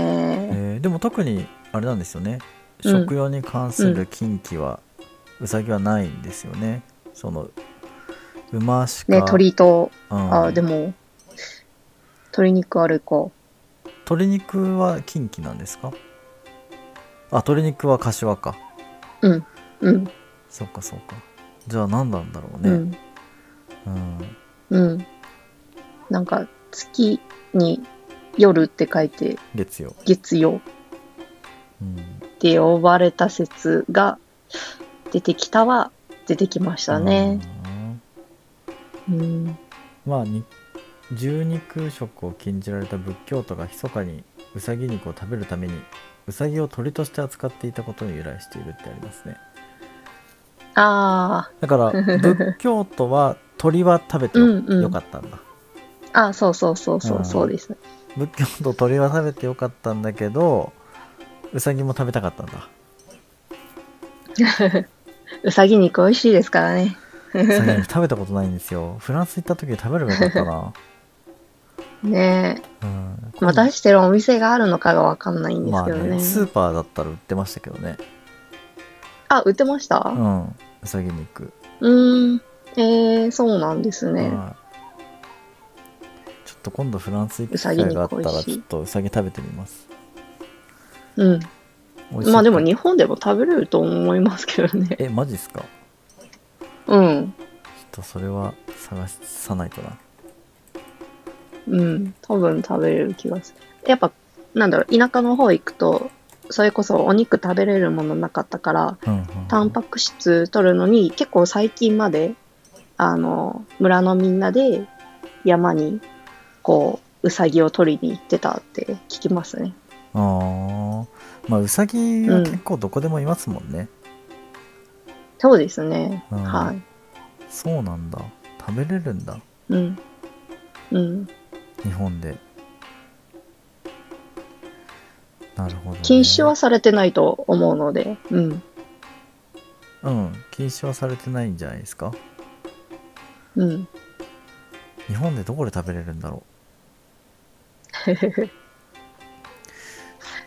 Speaker 1: えーでも特にあれなんですよね
Speaker 2: うん
Speaker 1: 食用に関する禁忌は、うさぎはないんですよねその馬しか、
Speaker 2: ね、鳥と、
Speaker 1: うん
Speaker 2: あ、でも、鶏肉あるか。
Speaker 1: 鶏肉は近畿なんですかあ鶏肉は柏か
Speaker 2: うん、
Speaker 1: そっかそっかじゃあ何なんだろう
Speaker 2: う
Speaker 1: ね
Speaker 2: ん、
Speaker 1: うん、
Speaker 2: うん。なんか、月に夜って書いて、
Speaker 1: 月曜、
Speaker 2: 月曜
Speaker 1: うん、
Speaker 2: って呼ばれた説が出てきたは出てきましたね。
Speaker 1: うん
Speaker 2: うん、
Speaker 1: まあに十肉食を禁じられた仏教徒が密かにうさぎ肉を食べるためにうさぎを鳥として扱っていたことに由来しているってありますね
Speaker 2: あ
Speaker 1: だから仏教徒は鳥は食べて
Speaker 2: あ、
Speaker 1: よ,、
Speaker 2: うんうん。
Speaker 1: かったんだ
Speaker 2: あ、そうそうそうそううんそうですね。
Speaker 1: 仏教徒鳥は食べてよかったんだけどうさぎも食べたかったんだ
Speaker 2: うさぎ肉美味しいですからね。
Speaker 1: 最近食べたことないんですよフランス行った時食べればよかった な、
Speaker 2: ね
Speaker 1: うん、
Speaker 2: え、まあ、出してるお店があるのかがわかんないんで
Speaker 1: ますあ
Speaker 2: けどね。
Speaker 1: ねスーパーだったら売ってましたけどね
Speaker 2: あ売ってました
Speaker 1: う。んうさぎ肉、
Speaker 2: うーん、えー、そうなんですね。
Speaker 1: はいちょっと今度フランス行く機
Speaker 2: うさぎ
Speaker 1: 会があっ
Speaker 2: 肉
Speaker 1: た
Speaker 2: 美
Speaker 1: ら
Speaker 2: 味しい
Speaker 1: ちょっとうさぎ食べてみます
Speaker 2: うん、
Speaker 1: 美味しい
Speaker 2: まあでも
Speaker 1: か
Speaker 2: 日本でも食べれると思いますけどね。
Speaker 1: えマジっすかちょ
Speaker 2: うん、
Speaker 1: っとそれは探さないとな
Speaker 2: うん、多分食べれる気がする。やっぱなんだろう田舎の方行くとそれこそお肉食べれるものなかったから
Speaker 1: うんうんうん
Speaker 2: タンパク質取るのに結構最近まであの村のみんなで山にこううさぎを取りに行ってたって聞きますね。
Speaker 1: あーまあうさぎは結構どこでもいますもんね、
Speaker 2: そうですね。
Speaker 1: うん
Speaker 2: は
Speaker 1: そうなんだ食べれるんだ
Speaker 2: い。うん。うん。
Speaker 1: 日本でなるほどね、
Speaker 2: 禁止はされてないと思うので、うん。
Speaker 1: うん禁止はされてないんじゃないですか
Speaker 2: うん。
Speaker 1: 日本でどこで食べれるんだろ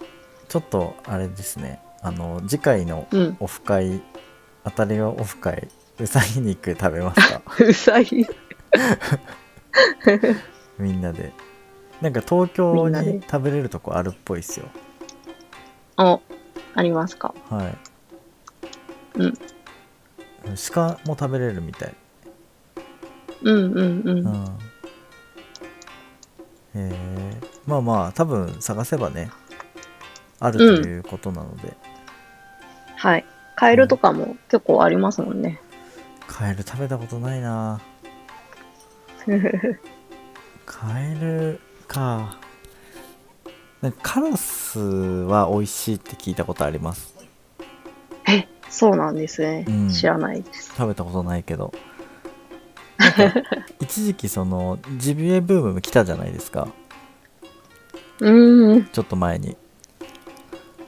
Speaker 1: うちょっとあれですねあの次回の
Speaker 2: うん。
Speaker 1: オフ会当たりはオフ会うさぎ肉食べますか
Speaker 2: うさぎ。
Speaker 1: みんなでなんか東京
Speaker 2: みんなで
Speaker 1: に食べれるとこあるっぽいっすよ
Speaker 2: お、ありますか。
Speaker 1: はい
Speaker 2: うん
Speaker 1: 鹿も食べれるみたい
Speaker 2: うんうんう。
Speaker 1: うんんへえまあまあ多分探せばねあるということなので、
Speaker 2: はい。カエルとかも結構ありますもんね。
Speaker 1: カエル食べたことない なカエルかなんかカラスは美味しいって聞いたことあります
Speaker 2: え、そうなんですね
Speaker 1: う。ん
Speaker 2: 知らないです。
Speaker 1: 食べたことないけどなんか一時期そのジビエブームも来たじゃないですか
Speaker 2: うーん。
Speaker 1: ちょっと前に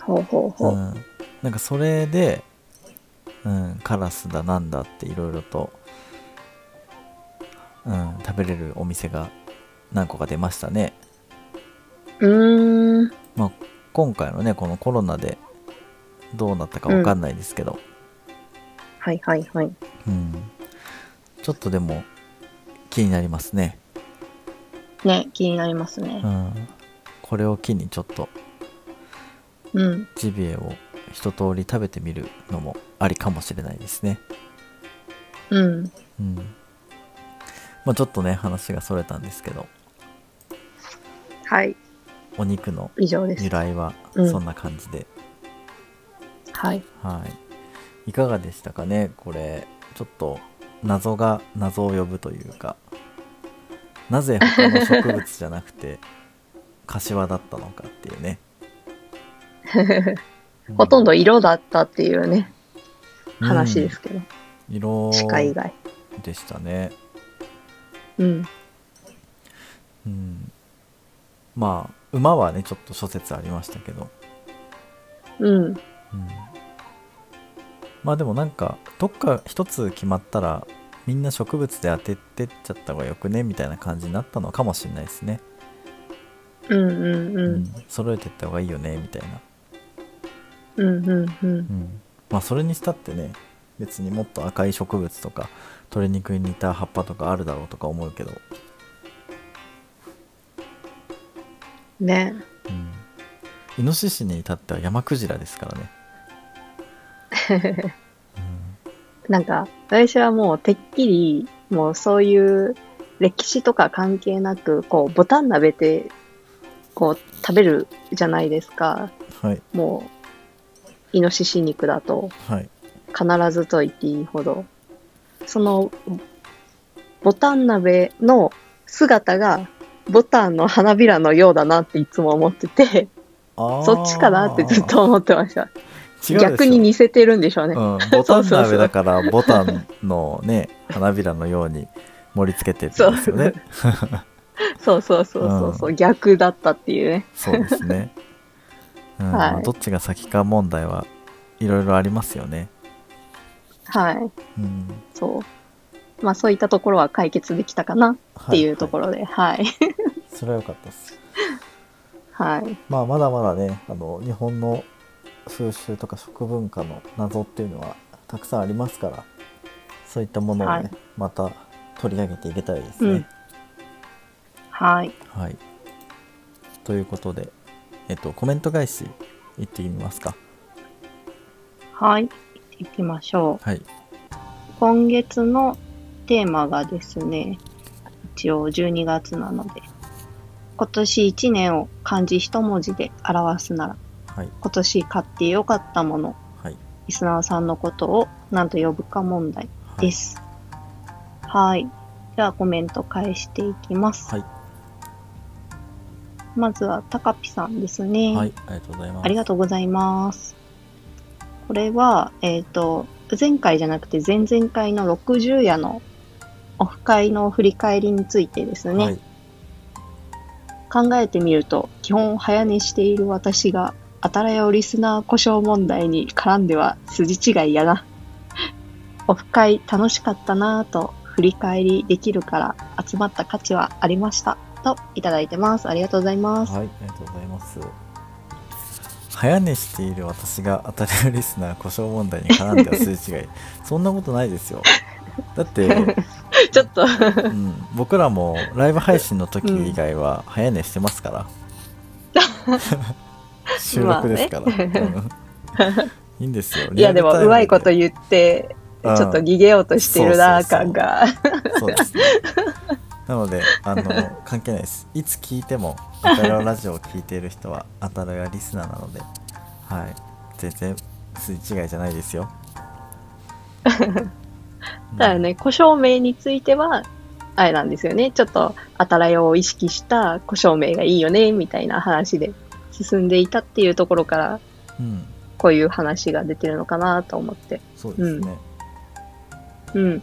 Speaker 2: ほうほうほ
Speaker 1: う
Speaker 2: う。
Speaker 1: ん、なんかそれで、うん、カラスだなんだっていろいろと、うん、食べれるお店が何個か出ましたね
Speaker 2: うーん。
Speaker 1: 今回のねこのコロナでどうなったかわかんないですけど、
Speaker 2: はいはいはい。
Speaker 1: うんちょっとでも気になりますね、
Speaker 2: ね、気になりますね
Speaker 1: う。ん、これを機にちょっと
Speaker 2: うん。
Speaker 1: ジビエを一通り食べてみるのもありかもしれないですね
Speaker 2: うん。
Speaker 1: うんまあちょっとね話がそれたんですけど
Speaker 2: はい。
Speaker 1: お肉の
Speaker 2: 以上です
Speaker 1: 由。来は
Speaker 2: うん
Speaker 1: そんな感じで、
Speaker 2: はい。
Speaker 1: はいいかがでしたかねこれちちょっと謎が謎を呼ぶというかなぜ他の植物じゃなくて柏だったのかっていう ね、う
Speaker 2: ほとんど色だったっていうね、
Speaker 1: うん
Speaker 2: 話ですけど、
Speaker 1: 色
Speaker 2: 鹿以外。
Speaker 1: でしたね、
Speaker 2: うん。
Speaker 1: うん、まあ馬はねちょっと諸説ありましたけど、
Speaker 2: うん。
Speaker 1: うん、まあでもなんかどっか一つ決まったらみんな植物で当ててっちゃった方がよくねみたいな感じになったのかもしれないですね、
Speaker 2: うんうんう。
Speaker 1: うん揃えてった方がいいよねみたいな、
Speaker 2: うんうんうん。
Speaker 1: まあそれにしたってね別にもっと赤い植物とか鶏肉に似た葉っぱとかあるだろうとか思うけど、
Speaker 2: ね。
Speaker 1: イノシシに至っては山クジラですからね、
Speaker 2: なんか、私はもうてっきり、もうそういう歴史とか関係なく、こう、ボタン鍋で、こう、食べるじゃないですか。
Speaker 1: うんはい
Speaker 2: もう、イノシシ肉だと、
Speaker 1: はい
Speaker 2: 必ずと言っていいほど。その、ボタン鍋の姿が、ボタンの花びらのようだなっていつも思ってて、
Speaker 1: あー
Speaker 2: そっちかなってずっと思ってました。
Speaker 1: 違うでしょ
Speaker 2: 逆に似せてるんでしょうね。
Speaker 1: うん、ボタン鍋だからボタンのね花びらのように盛り付けてるんですよね
Speaker 2: そうそうそうそうそう、逆だったっていうね。
Speaker 1: そうですね、うん
Speaker 2: はい
Speaker 1: まあどっちが先か問題はいろいろありますよね、
Speaker 2: はい。
Speaker 1: うん、
Speaker 2: そう。まあそういったところは解決できたかなっていうとこ
Speaker 1: ろ、
Speaker 2: ろで、はい。
Speaker 1: はいそれは良かったです
Speaker 2: はい。
Speaker 1: まあまだまだねあの日本の風習とか食文化の謎っていうのはたくさんありますからそういったものをね、
Speaker 2: はい
Speaker 1: また取り上げていけたらいいです
Speaker 2: う
Speaker 1: ね、
Speaker 2: ん。はい。
Speaker 1: はい。ということで、えっと、コメント返し、行ってみますか。
Speaker 2: はい。行きましょ
Speaker 1: はい。
Speaker 2: う。今月のテーマがですね、一応12月なので、今年1年を漢字一文字で表すなら、
Speaker 1: はい。
Speaker 2: 今年買ってよかったもの、
Speaker 1: はい。
Speaker 2: リスナーさんのことを何と呼ぶか問題。
Speaker 1: はい
Speaker 2: です。はい。ではコメント返していきます。
Speaker 1: はい
Speaker 2: まずは、たかぴさんですね。
Speaker 1: はい。ありがとうございます。
Speaker 2: ありがとうございます。これは、えっ、と、前回じゃなくて前々回の60夜のオフ会の振り返りについてですね、
Speaker 1: はい。
Speaker 2: 考えてみると、基本早寝している私が、あたらやをリスナー故障問題に絡んでは筋違いやな。 オフ会楽しかったなぁと振り返りできるから集まった価値はありました。といただいてます。ありがとうございます。
Speaker 1: はい。ありがとうございます。早寝している私が当たりリスナー故障問題に絡んでは数 字違い。そんなことないですよ。だって、
Speaker 2: ちょっと、
Speaker 1: うん、僕らもライブ配信の時以外は早寝してます から、 収録ですから、
Speaker 2: まあね
Speaker 1: うん いいんですよ
Speaker 2: いやでも
Speaker 1: リアルタイム
Speaker 2: うまいこと言って、ち
Speaker 1: うん
Speaker 2: ょっと逃げようとしてるなぁ
Speaker 1: そうそうそう
Speaker 2: 感が。
Speaker 1: そうですね。なので、あの、関係ないです。いつ聞いても、アタララジオを聞いている人は、アタラがリスナーなので、はい。全然、すれ違いじゃないですよ。
Speaker 2: ただね、故障名については、あれなんですよね。ちょっと、あたらよを意識した故障名がいいよね、みたいな話で進んでいたっていうところから、
Speaker 1: うん。うん。
Speaker 2: こういう話が出てるのかなと思って。
Speaker 1: そうですね。
Speaker 2: うん。
Speaker 1: うん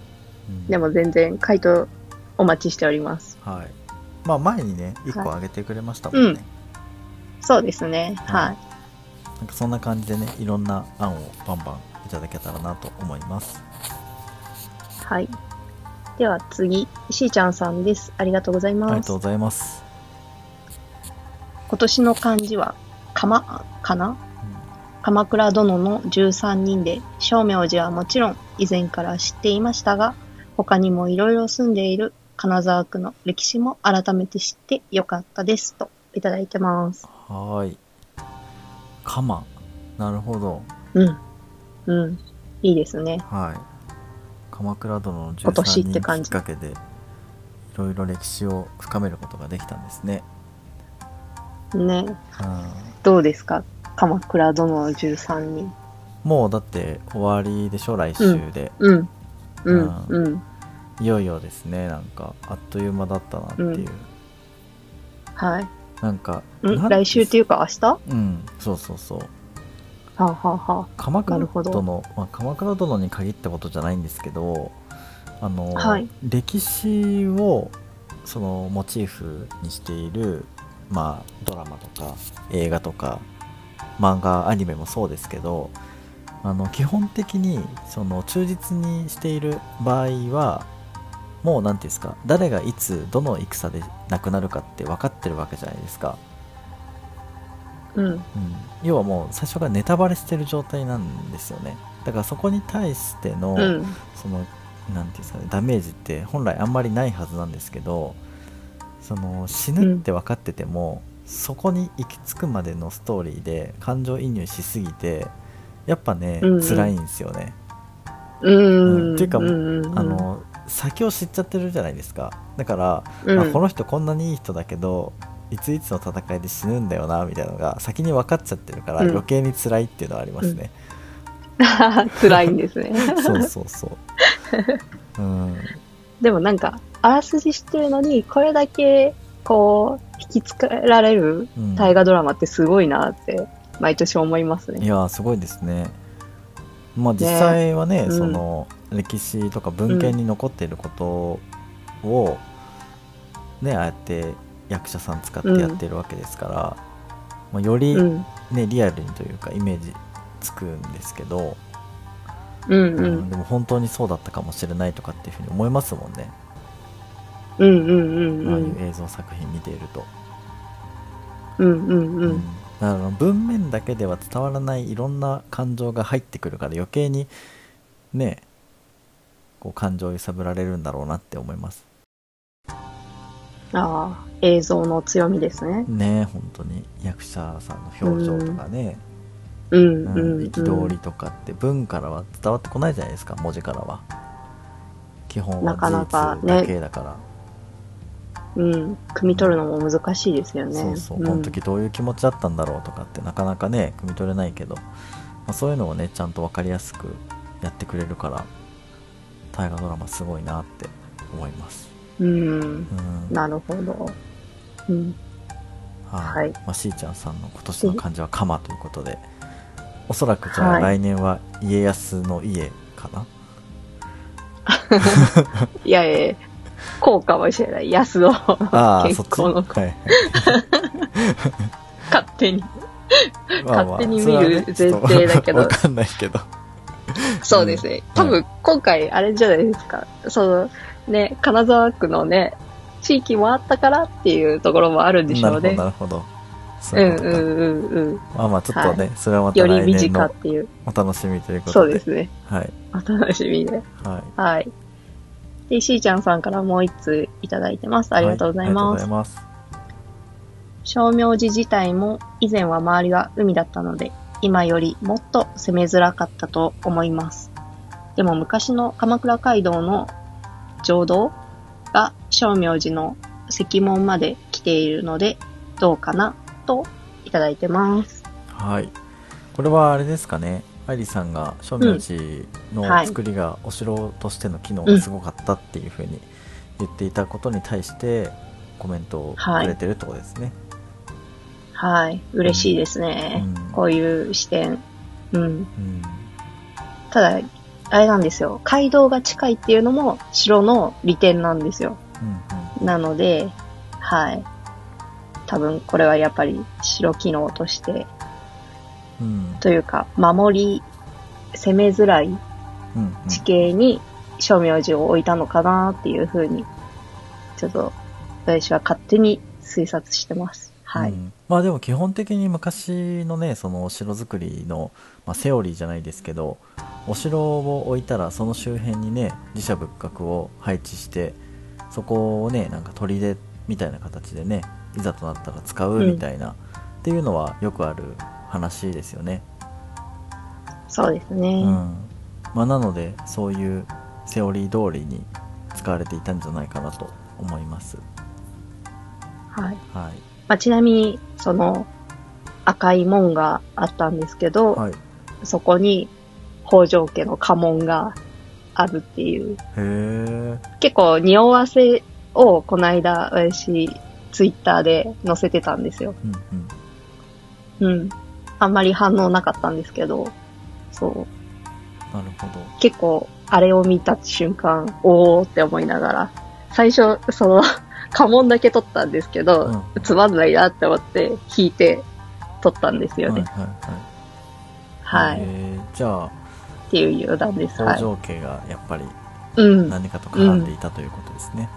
Speaker 2: でも全然回答お待ちしております。
Speaker 1: はい。まあ、前にね、一個あげてくれましたもんね。
Speaker 2: うんそうですね。
Speaker 1: は
Speaker 2: はいい。
Speaker 1: なんか、そんな感じでね、いろんな案をバンバンいただけたらなと思います。
Speaker 2: はい。では次、しーちゃんさんです。ありがとうござい
Speaker 1: あり
Speaker 2: ま
Speaker 1: が
Speaker 2: す
Speaker 1: とう。ございます。
Speaker 2: 今年の漢字は、かま、かな鎌倉殿の13人で、正明寺はもちろん以前から知っていましたが、他にもいろいろ住んでいる金沢区の歴史も改めて知ってよかったですといただいてます。
Speaker 1: うん、はーい。カマ。なるほど。
Speaker 2: うん。うん。いいですね。
Speaker 1: はい。鎌倉殿の
Speaker 2: 今年
Speaker 1: 13
Speaker 2: って
Speaker 1: 人
Speaker 2: 感
Speaker 1: きっ
Speaker 2: じ
Speaker 1: かけでいろいろ歴史を深めることができたんですね。
Speaker 2: ね。
Speaker 1: うん、
Speaker 2: どうですか鎌倉殿の13人。
Speaker 1: もうだって終わりでしょ来週で、
Speaker 2: うん。うんうん
Speaker 1: いよいよですねなんかあっという間だったなっていう、
Speaker 2: うんはい
Speaker 1: なんか
Speaker 2: ん来週っていううか明日は
Speaker 1: うんそうそうそう
Speaker 2: あ、はあは
Speaker 1: 鎌倉
Speaker 2: なるほど
Speaker 1: 殿、まあ、鎌倉殿に限ったことじゃないんですけどあの、
Speaker 2: はい
Speaker 1: 歴史をそのモチーフにしている、まあ、ドラマとか映画とか漫画アニメもそうですけどあの基本的にその忠実にしている場合はもう何ていうんですか誰がいつどの戦で亡くなるかって分かってるわけじゃないですか。
Speaker 2: あうん
Speaker 1: うん、要はもう最初からネタバレしてる状態なんですよねだからそこに対しての、
Speaker 2: うん
Speaker 1: そのなんていうんですかねダメージって本来あんまりないはずなんですけどその死ぬって分かってても、そこに行き着くまでのストーリーで感情移入しすぎてやっぱね、
Speaker 2: うんうん
Speaker 1: 辛いんですよね、
Speaker 2: うん
Speaker 1: っていうか
Speaker 2: んんん
Speaker 1: あの先を知っちゃってるじゃないですかだから、
Speaker 2: うん
Speaker 1: あこの人こんなにいい人だけどいついつの戦いで死ぬんだよなみたいなのが先に分かっちゃってるから
Speaker 2: うん
Speaker 1: 余計に辛いっていうのはありますね、
Speaker 2: 辛いんですね
Speaker 1: そうそうそう、うん、
Speaker 2: でもなんかあらすじ知ってるのにこれだけこう引きつかられる
Speaker 1: うん
Speaker 2: 大河ドラマってすごいなって毎年思います
Speaker 1: い
Speaker 2: ね
Speaker 1: やーすごいですねまあ実際はね
Speaker 2: うん
Speaker 1: その歴史とか文献に残っていることを、ねああやって役者さん使ってやってるわけですから、まあ、より、
Speaker 2: う
Speaker 1: ね
Speaker 2: ん
Speaker 1: リアルにというかイメージつくんですけど、
Speaker 2: うんう
Speaker 1: うんんでも本当にそうだったかもしれないとかっていうふうに思いますもんね、
Speaker 2: うんうんうん
Speaker 1: ああ
Speaker 2: う
Speaker 1: い
Speaker 2: ん
Speaker 1: う映像作品見ていると、
Speaker 2: うんうんう
Speaker 1: うん
Speaker 2: ん
Speaker 1: だから文面だけでは伝わらないいろんな感情が入ってくるから余計にねこう感情を揺さぶられるんだろうなって思います
Speaker 2: ああ映像の強みですね
Speaker 1: ね本当に役者さんの表情とかね
Speaker 2: うん
Speaker 1: 憤、
Speaker 2: う
Speaker 1: うん
Speaker 2: んうん
Speaker 1: 憤りとかって文からは伝わってこないじゃないですか文字からは基本は
Speaker 2: なかなか
Speaker 1: 事実
Speaker 2: ね
Speaker 1: だけだから
Speaker 2: うん汲み取るのも難しいですよね
Speaker 1: そうそう、
Speaker 2: ん
Speaker 1: この時どういう気持ちだったんだろうとかってなかなかね汲み取れないけど、まあ、そういうのをねちゃんと分かりやすくやってくれるから大河ドラマすごいなって思います
Speaker 2: うん
Speaker 1: うん
Speaker 2: なるほどうん
Speaker 1: は
Speaker 2: はい
Speaker 1: まあ、しーちゃんさんの今年の漢字は「鎌」ということでおそらくじゃあ
Speaker 2: は
Speaker 1: 来年は家康の家かな、
Speaker 2: いやいやこうかもしれない安を
Speaker 1: ああそ
Speaker 2: 結
Speaker 1: っち、
Speaker 2: 構の
Speaker 1: はいはい、
Speaker 2: 勝手に
Speaker 1: まあまあ
Speaker 2: 勝手に
Speaker 1: そ
Speaker 2: 見る
Speaker 1: れはね
Speaker 2: 前提だけ
Speaker 1: ちょ
Speaker 2: ど
Speaker 1: っとわかんないけど
Speaker 2: そうですね。多分、今回、あれじゃないですか。その、ね、金沢区のね、地域もあったからっていうところもあるんでし
Speaker 1: なる
Speaker 2: ょ
Speaker 1: ほ
Speaker 2: う
Speaker 1: ど
Speaker 2: ね
Speaker 1: な。るほどそう
Speaker 2: う
Speaker 1: いうんこと
Speaker 2: う
Speaker 1: か
Speaker 2: んうんうん。
Speaker 1: まあまあちょっとね、それはまた
Speaker 2: より
Speaker 1: 来
Speaker 2: 身
Speaker 1: 年
Speaker 2: 近
Speaker 1: の
Speaker 2: っていう。
Speaker 1: お楽しみということで
Speaker 2: そうですね。
Speaker 1: はい
Speaker 2: お楽しみで。
Speaker 1: はい
Speaker 2: はい。で、しーちゃんさんからもう一通いただいてます。ありがとうございます。
Speaker 1: はいありがとうございます
Speaker 2: 照明寺自体も以前は周りが海だったので今よりもっと攻めづらかったと思いますでも昔の鎌倉街道の浄土が照明寺の石門まで来ているのでどうかなといただいてます
Speaker 1: はいこれはあれですかね愛梨さんが正明寺
Speaker 2: うんは
Speaker 1: の
Speaker 2: い
Speaker 1: 作りがお城としての機能がすごかったっていうふうに言っていたことに対してコメントをくれてるってことですね、
Speaker 2: はい嬉しいです
Speaker 1: う
Speaker 2: ね、
Speaker 1: ん
Speaker 2: こういう視点うん
Speaker 1: うん
Speaker 2: ただあれなんですよ街道が近いっていうのも城の利点なんですよ
Speaker 1: うん
Speaker 2: なので、はい。多分これはやっぱり白機能として、
Speaker 1: うんうん
Speaker 2: というか、守り、攻めづらい
Speaker 1: うんうん
Speaker 2: 地形に照明寺を置いたのかなっていうふうに、ちょっと私は勝手に推察してます。はい。
Speaker 1: うんまあでも基本的に昔のねそのお城作りの、まあ、セオリーじゃないですけどお城を置いたらその周辺にね寺社仏閣を配置してそこをねなんか砦みたいな形でねいざとなったら使うみたいな、っていうのはよくある話ですよね。
Speaker 2: そうです
Speaker 1: う
Speaker 2: ね
Speaker 1: ん。まあ、なのでそういうセオリー通りに使われていたんじゃないかなと思います。
Speaker 2: はい。
Speaker 1: はい、
Speaker 2: まあ、ちなみに、その、赤い門があったんですけど、
Speaker 1: はい
Speaker 2: そこに北条家の家紋があるっていう。
Speaker 1: え
Speaker 2: 結構、匂わせをこの間、私、ツイッターで載せてたんですよ。
Speaker 1: うんうん
Speaker 2: うん。あんまり反応なかったんですけど、そう。
Speaker 1: なるほど
Speaker 2: 結構、あれを見た瞬間、おーって思いながら、最初、その、 家紋だけ撮ったんですけど、
Speaker 1: うん
Speaker 2: つまんないなって思って、引いて撮ったんですよ
Speaker 1: はい
Speaker 2: ね。
Speaker 1: はい
Speaker 2: は。
Speaker 1: はいい、
Speaker 2: っ
Speaker 1: えーじゃあ
Speaker 2: ていう余談です。は
Speaker 1: 工
Speaker 2: い。
Speaker 1: 場系がやっぱり
Speaker 2: うん。
Speaker 1: 何かと絡んでいたということですね、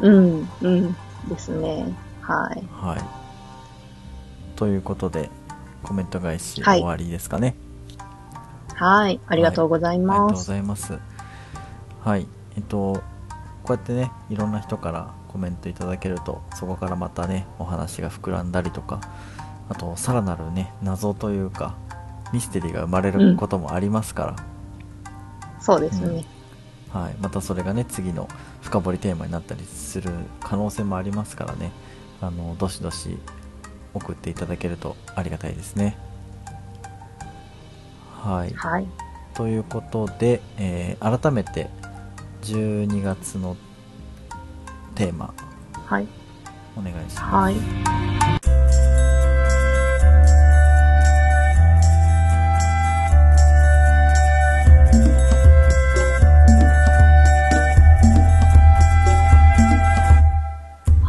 Speaker 2: うん。うん。ですね。はい。
Speaker 1: はいということでコメント返し
Speaker 2: はい
Speaker 1: 終わりですかね、
Speaker 2: はい。ありがとうござい
Speaker 1: ありがと
Speaker 2: ま
Speaker 1: うご
Speaker 2: す。
Speaker 1: ざいますはいえっとこうやってねいろんな人からコメントいただけるとそこからまたねお話が膨らんだりとかあとさらなるね謎というかミステリーが生まれることもありますから、
Speaker 2: そうですね。
Speaker 1: はい、またそれがね次の深掘りテーマになったりする可能性もありますからねあのどしどし送っていただけるとありがたいですねはい
Speaker 2: はい。
Speaker 1: ということで、えー改めて12月のテーマ
Speaker 2: はい。
Speaker 1: お願いします
Speaker 2: はい。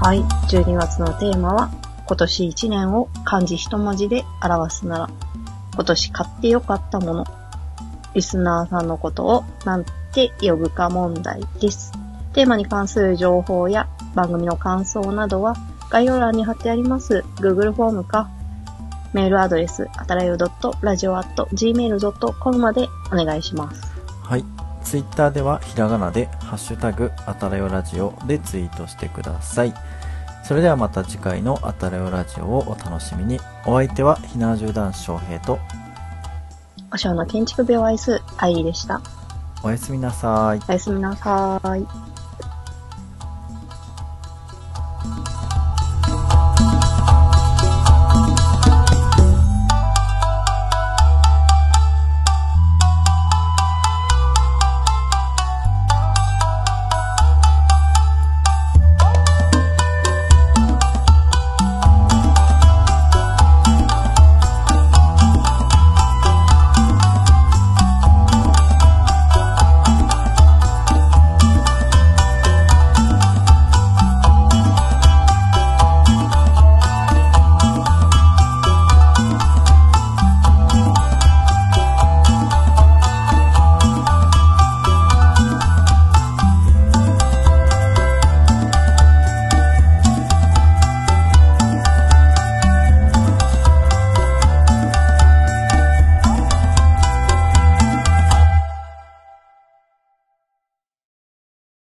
Speaker 2: はい。12月のテーマは、今年1年を漢字一文字で表すなら、今年買ってよかったもの、リスナーさんのことをなんて呼ぶか問題です。テーマに関する情報や番組の感想などは概要欄に貼ってあります Google フォームかメールアドレス、あたらよ .radio.gmail.com までお願いします。
Speaker 1: はい、ツイッターではひらがなで「ハッシュタグあたらよラジオ」でツイートしてくださいそれではまた次回の「あたらよラジオ」をお楽しみにお相手はひなじゅう男子翔平と
Speaker 2: おしゃの建築病を愛す、愛理でした。
Speaker 1: おやすみなさい
Speaker 2: おやすみなさーい。